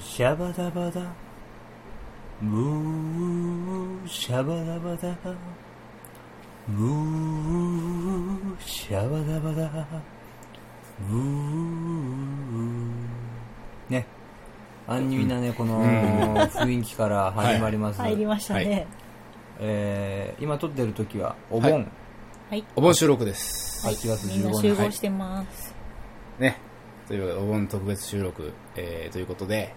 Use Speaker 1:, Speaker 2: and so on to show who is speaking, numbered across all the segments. Speaker 1: シャバダバダ。ムー、シャバダバダ。ムー、シャバダバダ。ムー。ね。安入なね、この雰囲気から始まります。
Speaker 2: 入りましたね。
Speaker 1: えー、今撮ってる時は、お盆、
Speaker 3: はい
Speaker 2: はい。
Speaker 3: お盆収録です。
Speaker 1: 8月
Speaker 2: みん
Speaker 1: 15
Speaker 2: な
Speaker 1: 日。
Speaker 2: 集合してます。
Speaker 3: ね。ということで、お盆特別収録、えー、ということで、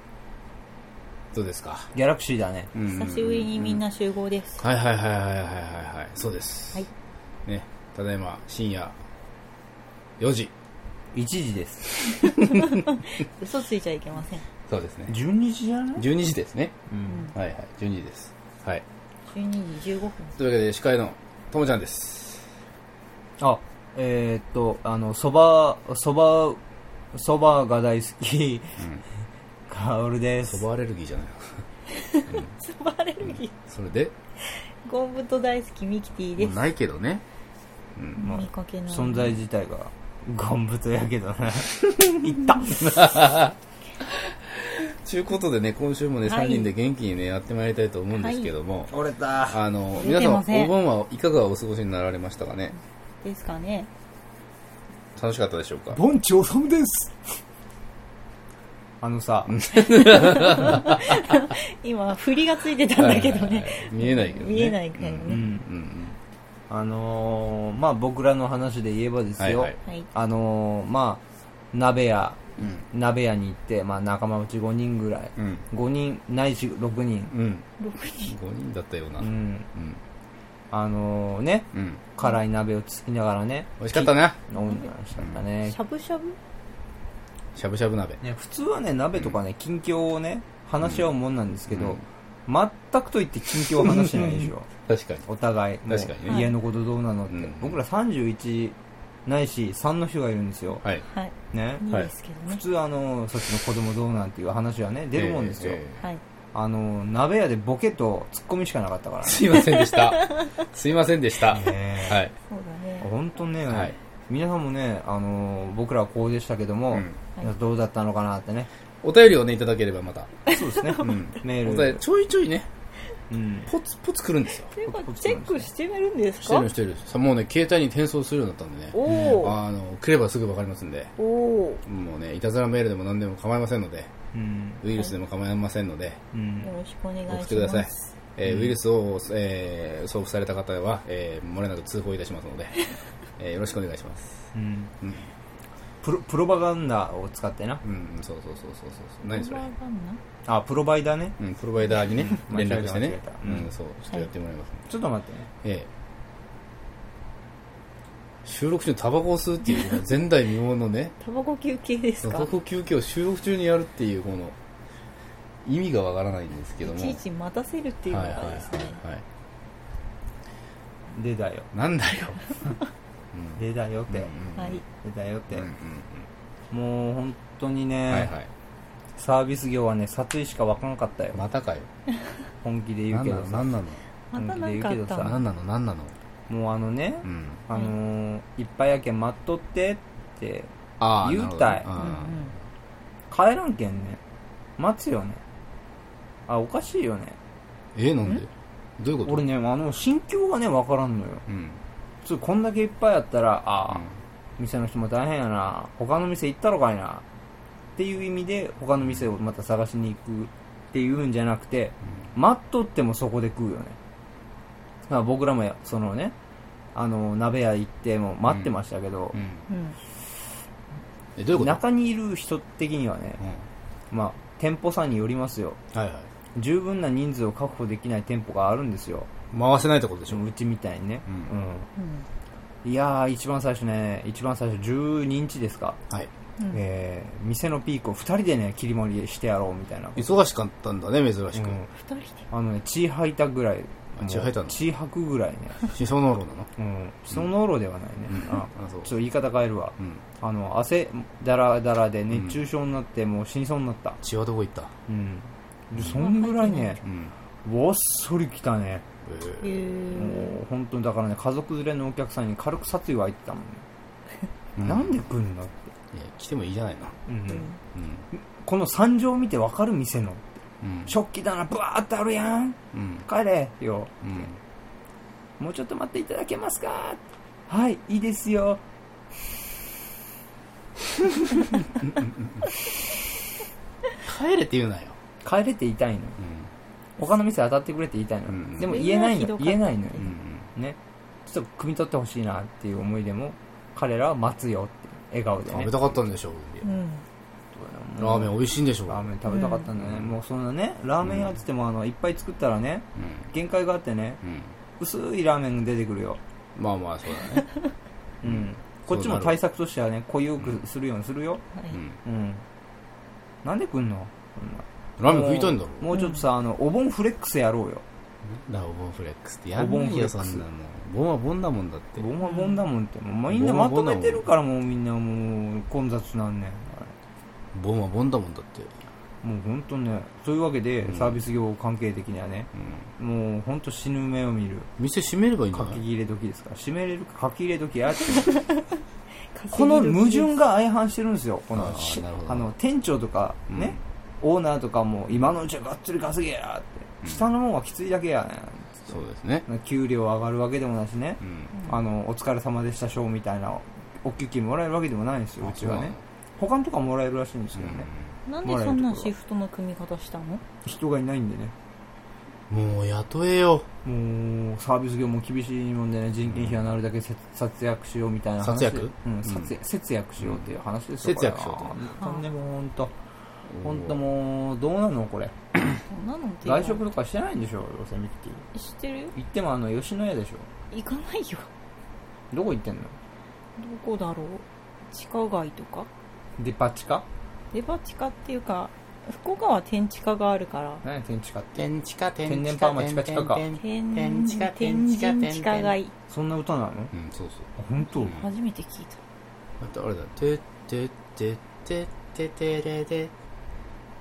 Speaker 3: どうですか
Speaker 1: ギャラクシーだね。
Speaker 3: うん
Speaker 2: 久しぶりにみんな集合です。
Speaker 3: はいはいはいはいはいはいはい。そうです。
Speaker 2: はい。
Speaker 3: ね。ただいま、深夜、4時。
Speaker 1: 1時です。
Speaker 2: 嘘ついちゃいけません。
Speaker 3: そうですね。
Speaker 1: 12時じゃない
Speaker 3: 12時ですね。
Speaker 1: うん。
Speaker 3: はいはい。12時です。はい。
Speaker 2: 12時15分。
Speaker 3: というわけで、司会のともちゃんです。
Speaker 1: あ、えーっと、あの、そば、そば、そばが大好き、カオルです
Speaker 3: そ。ばアレルギーじゃないの
Speaker 2: そばアレルギー。
Speaker 3: それで、
Speaker 2: ゴンブト大好きミキティです。
Speaker 3: ないけどね。
Speaker 2: 見かけない。
Speaker 1: 存在自体が、ゴンブトや けどね。いった
Speaker 3: ちゅうことでね、今週もね、
Speaker 2: はい
Speaker 3: 3人で元気にね、やってまいりたいと思うんですけども、
Speaker 1: 折れた。
Speaker 3: あの、
Speaker 2: 出
Speaker 3: 皆
Speaker 2: て
Speaker 3: さん、
Speaker 2: ま
Speaker 3: お
Speaker 2: せん
Speaker 3: 盆はいかがお過ごしになられましたかね
Speaker 2: ですかね。
Speaker 3: 楽しかったでしょうか
Speaker 1: ボンチオサムですあのさ、
Speaker 2: 今、振りがついてたんだけどね。
Speaker 3: 見えないけどね。
Speaker 2: 見えないけど
Speaker 3: うん
Speaker 1: うん。
Speaker 3: う
Speaker 2: ね。
Speaker 3: ん
Speaker 1: あのー、まあ僕らの話で言えばですよ、
Speaker 3: はいはい
Speaker 2: はい。
Speaker 1: あのー、まあ、鍋屋、
Speaker 3: うん。
Speaker 1: 鍋屋に行って、まあ仲間うち5人ぐらい。
Speaker 3: うん。
Speaker 1: 5人、ないし6人。
Speaker 3: うん。
Speaker 2: 6人。
Speaker 3: 5人だったような。
Speaker 1: う
Speaker 3: うん。
Speaker 1: ん。あのー、ね、
Speaker 3: うん。
Speaker 1: 辛い鍋をつつきながらね、
Speaker 3: 美味しかったな。
Speaker 1: 飲んでましたからね
Speaker 2: し。ゃぶしゃぶ
Speaker 3: しゃぶしゃぶ鍋。
Speaker 1: ね、普通はね、鍋とかね、近況をね、話し合うもんなんですけ
Speaker 3: う
Speaker 1: ど
Speaker 3: ん、
Speaker 1: 全くと言って近況を話してないでし ょ。
Speaker 3: 確かに。
Speaker 1: お互い。もう
Speaker 3: 確かにね
Speaker 1: 家のことどうなのって
Speaker 3: うん。
Speaker 1: 僕ら31ないし、3の人がいるんですよ。
Speaker 3: はい。
Speaker 2: はい。
Speaker 1: ね。
Speaker 2: いいですけど
Speaker 1: 普
Speaker 2: ね。
Speaker 1: 通あの、そっちの子供どうなんていう話はね、出るもんですよ
Speaker 3: えー。え
Speaker 2: はい。
Speaker 1: あの、鍋屋でボケとツッコミしかなかったから
Speaker 3: ー。すいませんでした。すいませんでした。は
Speaker 1: ね
Speaker 3: い。
Speaker 2: そうだね。
Speaker 1: 本当ね、
Speaker 3: はい
Speaker 1: 皆さんもね、あの僕らはこうでしたけども、
Speaker 3: うん
Speaker 1: どうだったのかなってね、
Speaker 3: お便りをね、いただければまた。
Speaker 1: そうですね、
Speaker 3: ん
Speaker 1: メー
Speaker 3: お便り
Speaker 1: ル、
Speaker 3: ちょいちょいね、
Speaker 1: うん、
Speaker 3: ポツポツ来るんですよ。
Speaker 2: というか、チェックしてみるんです
Speaker 3: して
Speaker 2: か
Speaker 3: るしてる。さもうね、携帯に転送するようになったんでね。
Speaker 2: おー。
Speaker 3: あの、来ればすぐわかりますんで。
Speaker 2: おー。
Speaker 3: もうね、いたずらメールでも何でも構いませんので、
Speaker 1: うん、
Speaker 3: ウイルスでも構いませんので、
Speaker 1: うん
Speaker 2: よ、ろしくお願いします。
Speaker 3: 送ってください。えーウイルスを、えー送付された方は、えー、もれなく通報いたしますので、 えーよろしくお願いします。
Speaker 1: うん
Speaker 3: うん、
Speaker 1: プロ、プロパガンダを使ってな、
Speaker 3: うん、そうそうそうそうそう。何それ
Speaker 2: わ。かんない
Speaker 1: あ、プロバイダーね、
Speaker 3: うん、プロバイダ ーにね、
Speaker 1: うん
Speaker 3: 連絡して
Speaker 1: 間違
Speaker 3: ね
Speaker 1: えた間違え。た
Speaker 3: う
Speaker 1: うん
Speaker 3: ん、そう、ちょっとやってもらいます、ね
Speaker 1: ちょっと待ってね、
Speaker 3: えー収録中にタバコを吸うっていうね、前代未聞のね、
Speaker 2: タバコ休憩 です
Speaker 3: タ
Speaker 2: か
Speaker 3: バコ休憩を収録中にやるっていう、この、意味がわからないんですけど
Speaker 2: い
Speaker 3: も。
Speaker 2: ちいち待たせるっていうの
Speaker 3: はいはい
Speaker 2: がですね、
Speaker 3: はいはい。
Speaker 1: 出たよ、
Speaker 3: なん だよ。
Speaker 1: 出たよって、
Speaker 2: はい
Speaker 1: 出たよって、
Speaker 3: うんうん
Speaker 1: もう本当にね、
Speaker 3: うんはいはい。
Speaker 1: サービス業はね、殺意しかわかんかったよ、
Speaker 3: またかよ。
Speaker 1: 本気で言う
Speaker 3: な
Speaker 1: んけ
Speaker 3: な
Speaker 1: ど
Speaker 3: の
Speaker 1: さ、
Speaker 3: なんなの
Speaker 2: またなんかあっ
Speaker 1: う
Speaker 2: た
Speaker 1: ん
Speaker 3: なんなのなんなの
Speaker 1: もうあのね、
Speaker 3: うん。
Speaker 1: あのーいっぱいやけん待っとってって、
Speaker 3: あ
Speaker 1: 言うたい
Speaker 3: なるほど
Speaker 2: うんう
Speaker 3: あ
Speaker 2: ん
Speaker 1: 帰らんけんね待つよねあおかしいよね
Speaker 3: ーえ、なんでどういうこと
Speaker 1: 俺ねあの心境がね分からんのよ
Speaker 3: うん。
Speaker 1: 普通こんだけいっぱいあったらああ、
Speaker 3: うん
Speaker 1: 店の人も大変やな他の店行ったろかいなっていう意味で他の店をまた探しに行くっていうんじゃなくて、待っとってもそこで食うよねだから僕らもそのねあの鍋屋行っても待ってましたけど
Speaker 3: う、ん。
Speaker 2: うん
Speaker 3: え、どういうこと
Speaker 1: 中にいる人的にはね、
Speaker 3: う
Speaker 1: まあ店舗差によりますよ
Speaker 3: ん。はいはい。
Speaker 1: 十分な人数を確保できない店舗があるんですよ、
Speaker 3: 回せないってことでしょ
Speaker 1: うちみたいにね、
Speaker 3: うん
Speaker 2: うん
Speaker 1: うんいやー、一番最初ね、一番最初、12日ですか、
Speaker 3: はい。
Speaker 2: うん
Speaker 1: えー店のピークを2人でね、切り盛りしてやろうみたいな、
Speaker 3: 忙しかったんだね、珍しく
Speaker 1: う。ん
Speaker 2: 二人で
Speaker 1: あのね、血吐いたぐらい、
Speaker 3: あ血吐いたの
Speaker 1: もう血吐くぐらいね、
Speaker 3: しそのろなの
Speaker 1: うん、その濃度ではないね、
Speaker 3: うん
Speaker 1: あ
Speaker 3: あそ
Speaker 1: ちょ
Speaker 3: う
Speaker 1: っと言い方変えるわ、
Speaker 3: うん。
Speaker 1: あの汗だらだらで熱中症になって、もう死にそうになった、
Speaker 3: 血はどこ行った
Speaker 1: うん、でそんぐらいね
Speaker 3: う、ん。
Speaker 1: わっそりきたね。
Speaker 3: え
Speaker 2: へ
Speaker 3: ー
Speaker 2: ー
Speaker 1: もう本当にだからね家族連れのお客さんに軽く殺意湧いてたもんね、
Speaker 3: うん
Speaker 1: なんで来んのって
Speaker 3: いや来てもいいじゃないの
Speaker 1: うん
Speaker 3: うん
Speaker 1: この惨状見てわかる店の
Speaker 3: うん
Speaker 1: 食器棚ブワーってあるやん
Speaker 3: うん
Speaker 1: 帰れよ
Speaker 3: うん
Speaker 1: もうちょっと待っていただけますかはいいいですよ
Speaker 3: 帰れって言うなよ
Speaker 1: 帰れって言いたいの
Speaker 3: う
Speaker 1: 他の店当たってくれって言いたいの、
Speaker 3: うん
Speaker 1: でも言えない
Speaker 2: それが
Speaker 1: の
Speaker 2: ひどかった
Speaker 1: 言えないのよ、
Speaker 3: んうん
Speaker 1: ねちょっと汲み取ってほしいなっていう思いでも彼らは待つよって笑顔で
Speaker 3: 食
Speaker 1: ね
Speaker 3: べたかったんでしょう
Speaker 2: うん
Speaker 3: ラーメ
Speaker 1: ン
Speaker 3: ン美味しいんでしょう
Speaker 1: ラーメン食べたかったんだね、
Speaker 3: うん
Speaker 1: もうそんなねラーメン屋っつってもあのいっぱい作ったらね限界があってね
Speaker 3: うんうん
Speaker 1: 薄いラーメンが出てくるよ
Speaker 3: まあまあそうだね
Speaker 1: うんこっちも対策としてはね濃ゆくするようにするよ
Speaker 2: は
Speaker 3: う
Speaker 2: い
Speaker 3: ん
Speaker 1: うんなんで来んのこんな
Speaker 3: ラーメン食いたいんだろ
Speaker 1: もうちょっとさ、あのお盆フレックスやろうよ
Speaker 3: なんだお盆フレックスってやんないよ
Speaker 1: お盆フレッ
Speaker 3: そ
Speaker 1: クス
Speaker 3: んなの盆は盆だもんだって
Speaker 1: ボンはボンだもんってもうみんなまとめてるからもうみんなもう混雑なんねんあ
Speaker 3: 盆は盆だもんだって
Speaker 1: れもう本当ねそういうわけで
Speaker 3: うん
Speaker 1: サービス業関係的にはね、
Speaker 3: うん
Speaker 1: もう本当死ぬ目を見る
Speaker 3: 店閉めればいいんじゃ
Speaker 1: 書
Speaker 3: な
Speaker 1: き
Speaker 3: い
Speaker 1: 入れ時ですから閉めれるか書き入れ時やって
Speaker 2: 稼ぎ時
Speaker 1: この矛盾が相反してるんですよこ
Speaker 3: あ
Speaker 1: の
Speaker 3: ー
Speaker 1: し
Speaker 3: なるほど
Speaker 1: あの店長とかね、オーナーとかも今のうちはがっつり稼げやっ
Speaker 3: うん
Speaker 1: て下のもんはきついだけやねん
Speaker 3: そうですね
Speaker 1: 給料上がるわけでもないしね
Speaker 3: う、ん
Speaker 1: あのお疲れ様でした賞みたいなお給金もらえるわけでもないんですようちはね保管とかもらえるらしいんです
Speaker 3: そう
Speaker 1: けど
Speaker 3: なの
Speaker 1: ね、
Speaker 2: なんでそんなシフトの組み方したの
Speaker 1: 人がいないんでね
Speaker 3: うんもう雇えよ
Speaker 1: もうサービス業も厳しいもんでね人件費はなるだけ節節約しようみたいな話
Speaker 3: 節約
Speaker 1: うん節約節約しようっていう話です
Speaker 3: 節約しようと
Speaker 1: と本当ねもう本当本当もうどうなのこれ
Speaker 2: そんなのって
Speaker 1: 外食とかしてないんでしょどうせミッキー
Speaker 2: 知ってるよ
Speaker 1: 行ってもあの吉野家でしょ
Speaker 2: 行かないよ
Speaker 1: どこ行ってんの
Speaker 2: どこだろう地下街とか
Speaker 1: デパ地下
Speaker 2: デパ地下っていうか福岡は天地下があるから
Speaker 1: 何や天地下って
Speaker 3: 天地下天
Speaker 1: 天然パーマチカチカか
Speaker 3: 天
Speaker 2: 天
Speaker 3: 天地下
Speaker 2: 天
Speaker 3: 天地下
Speaker 2: 神
Speaker 3: 天
Speaker 2: 地下街
Speaker 1: そんな歌なの
Speaker 3: うんそうそう
Speaker 1: 本当
Speaker 3: うん
Speaker 2: 初めて聞いた
Speaker 3: あとあれだ「てってててててれで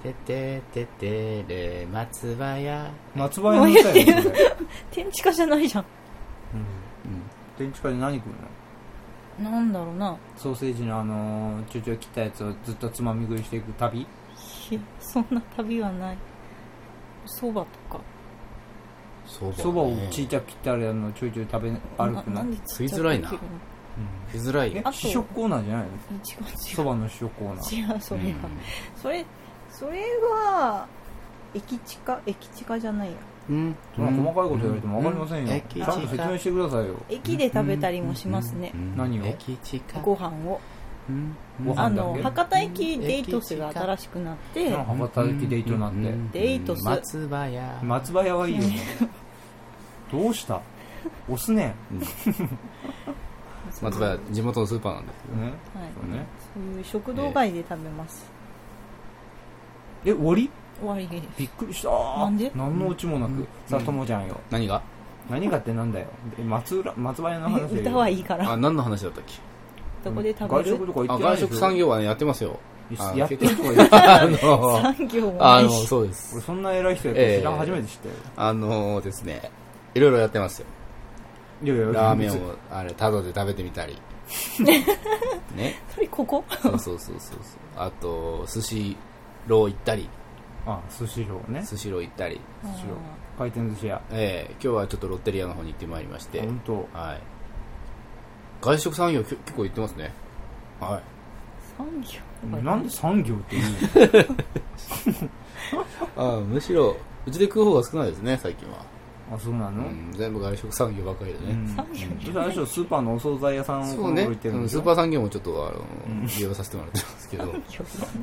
Speaker 3: ててててれ松葉屋」
Speaker 1: 松葉屋の歌やねこ れ
Speaker 2: 天地下じゃないじゃ
Speaker 1: うん
Speaker 3: うん
Speaker 1: 天地下で何食うの
Speaker 2: んなんだろうな
Speaker 1: ソーセージのあのーちょいちょい切ったやつをずっとつまみ食いしていく旅
Speaker 2: へ そんな旅はないそばとか
Speaker 3: そばね
Speaker 1: そばをちいちゃく切ってあるのちょいちょい食べ歩く
Speaker 2: な
Speaker 1: の
Speaker 2: なんで
Speaker 3: 食いづらいな
Speaker 2: ちっちゃくで
Speaker 3: 食いづらい
Speaker 1: え
Speaker 3: よ
Speaker 2: あと
Speaker 1: 試食コーナーじゃないの
Speaker 2: きるの
Speaker 1: そばの試食コーナー
Speaker 2: 違う違うそれは、それそれは駅地下駅地下じゃないや
Speaker 3: うん
Speaker 1: そんな細かいこと言われても分かりませんよ、
Speaker 3: うん
Speaker 1: ちゃんと説明してくださいよ
Speaker 2: 駅で食べたりもしますね、
Speaker 3: うん
Speaker 1: 何を
Speaker 3: 駅近
Speaker 2: ご飯を
Speaker 3: うん
Speaker 1: ご
Speaker 2: あ
Speaker 1: 飯だ
Speaker 2: の
Speaker 1: け
Speaker 2: 博多駅デイトスが新しくなって
Speaker 1: なんか博多駅デートになって、
Speaker 3: うん
Speaker 2: デイトス
Speaker 3: 松葉屋
Speaker 1: 松葉屋はいいよねどうした押すね
Speaker 3: 松葉屋地元のスーパーなんですけど
Speaker 1: ね
Speaker 2: はい
Speaker 1: そうね
Speaker 2: そういう食堂街で食べます、
Speaker 1: え終わり
Speaker 2: 終わりです
Speaker 1: びっくりした
Speaker 2: なんで
Speaker 1: 何のオチもなく、さあともちゃんよ
Speaker 3: 何が
Speaker 1: 何がってなんだよえ松浦松葉屋の話だよ
Speaker 2: 歌はいいから
Speaker 3: あ何の話だったっけ
Speaker 2: どこで食べ
Speaker 1: 外食
Speaker 2: る
Speaker 1: とか行
Speaker 3: あ
Speaker 1: ってない
Speaker 3: 外
Speaker 1: でしょ
Speaker 3: 食産業はねやってますよあ
Speaker 1: やってるとか言って
Speaker 3: あの
Speaker 2: 産業もな
Speaker 3: あの
Speaker 2: いし
Speaker 3: そうです
Speaker 1: 俺そんな偉い人やって知らん
Speaker 3: ええ
Speaker 1: 初めて知ったよ、
Speaker 3: あのですね、いろいろやってますよ。
Speaker 1: いやいや
Speaker 3: ラーメン
Speaker 1: 別に
Speaker 3: を、あれ、タダで食べてみた り。ね。
Speaker 2: それここ
Speaker 3: そうそうそうそう。あと、寿司ロー行ったり、
Speaker 1: あ寿司ローね
Speaker 3: 寿司ロー行ったり。
Speaker 1: 寿司ロー回転寿司屋
Speaker 3: ええ今日はちょっとロッテリアの方に行ってまいりまして。
Speaker 1: 本当。
Speaker 3: はい。外食産業きょ結構行ってますね。は
Speaker 2: 産業
Speaker 1: なんで産業って言う
Speaker 3: い。あむしろ、うちで食う方が少ないですね、最近は。
Speaker 1: のあそうな
Speaker 3: う
Speaker 1: の、
Speaker 3: ん、全部外食産業ばっかりでね。
Speaker 1: うん
Speaker 2: 産業
Speaker 1: それあれでしょスーパーのお惣菜屋さんを
Speaker 3: そうね、
Speaker 1: 置いてる
Speaker 3: うんん
Speaker 1: でし
Speaker 3: ス
Speaker 1: ょ
Speaker 3: ーパー産業もちょっと、あの、利用させてもらってますけど。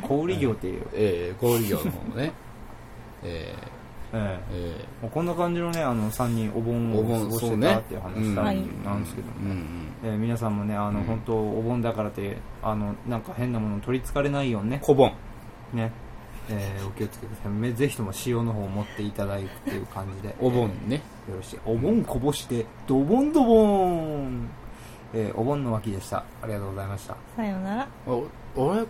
Speaker 1: 小売業っていう、
Speaker 3: えー、小売業の方もね、え
Speaker 1: え
Speaker 3: ーえ
Speaker 1: えこんな感じのねあの3人お盆
Speaker 3: ー、お
Speaker 1: を過
Speaker 3: 盆
Speaker 1: ごし
Speaker 3: そう
Speaker 1: て
Speaker 3: ね
Speaker 1: たっていう話
Speaker 2: は
Speaker 1: ないんですけど、
Speaker 3: うんうん、
Speaker 1: ええ皆さんもねあの、
Speaker 3: うん
Speaker 1: 本当お盆だからってあのなんか変なもの取りつかれないようにね
Speaker 3: 小盆
Speaker 1: ね、えーお気をつけてくださいめぜひとも塩の方を持っていただいてっていう感じで
Speaker 3: お盆ね、
Speaker 1: えーよろしいお盆こぼしてドボンドボン、えーお盆の脇でしたありがとうございました
Speaker 2: さよなら
Speaker 3: あ俺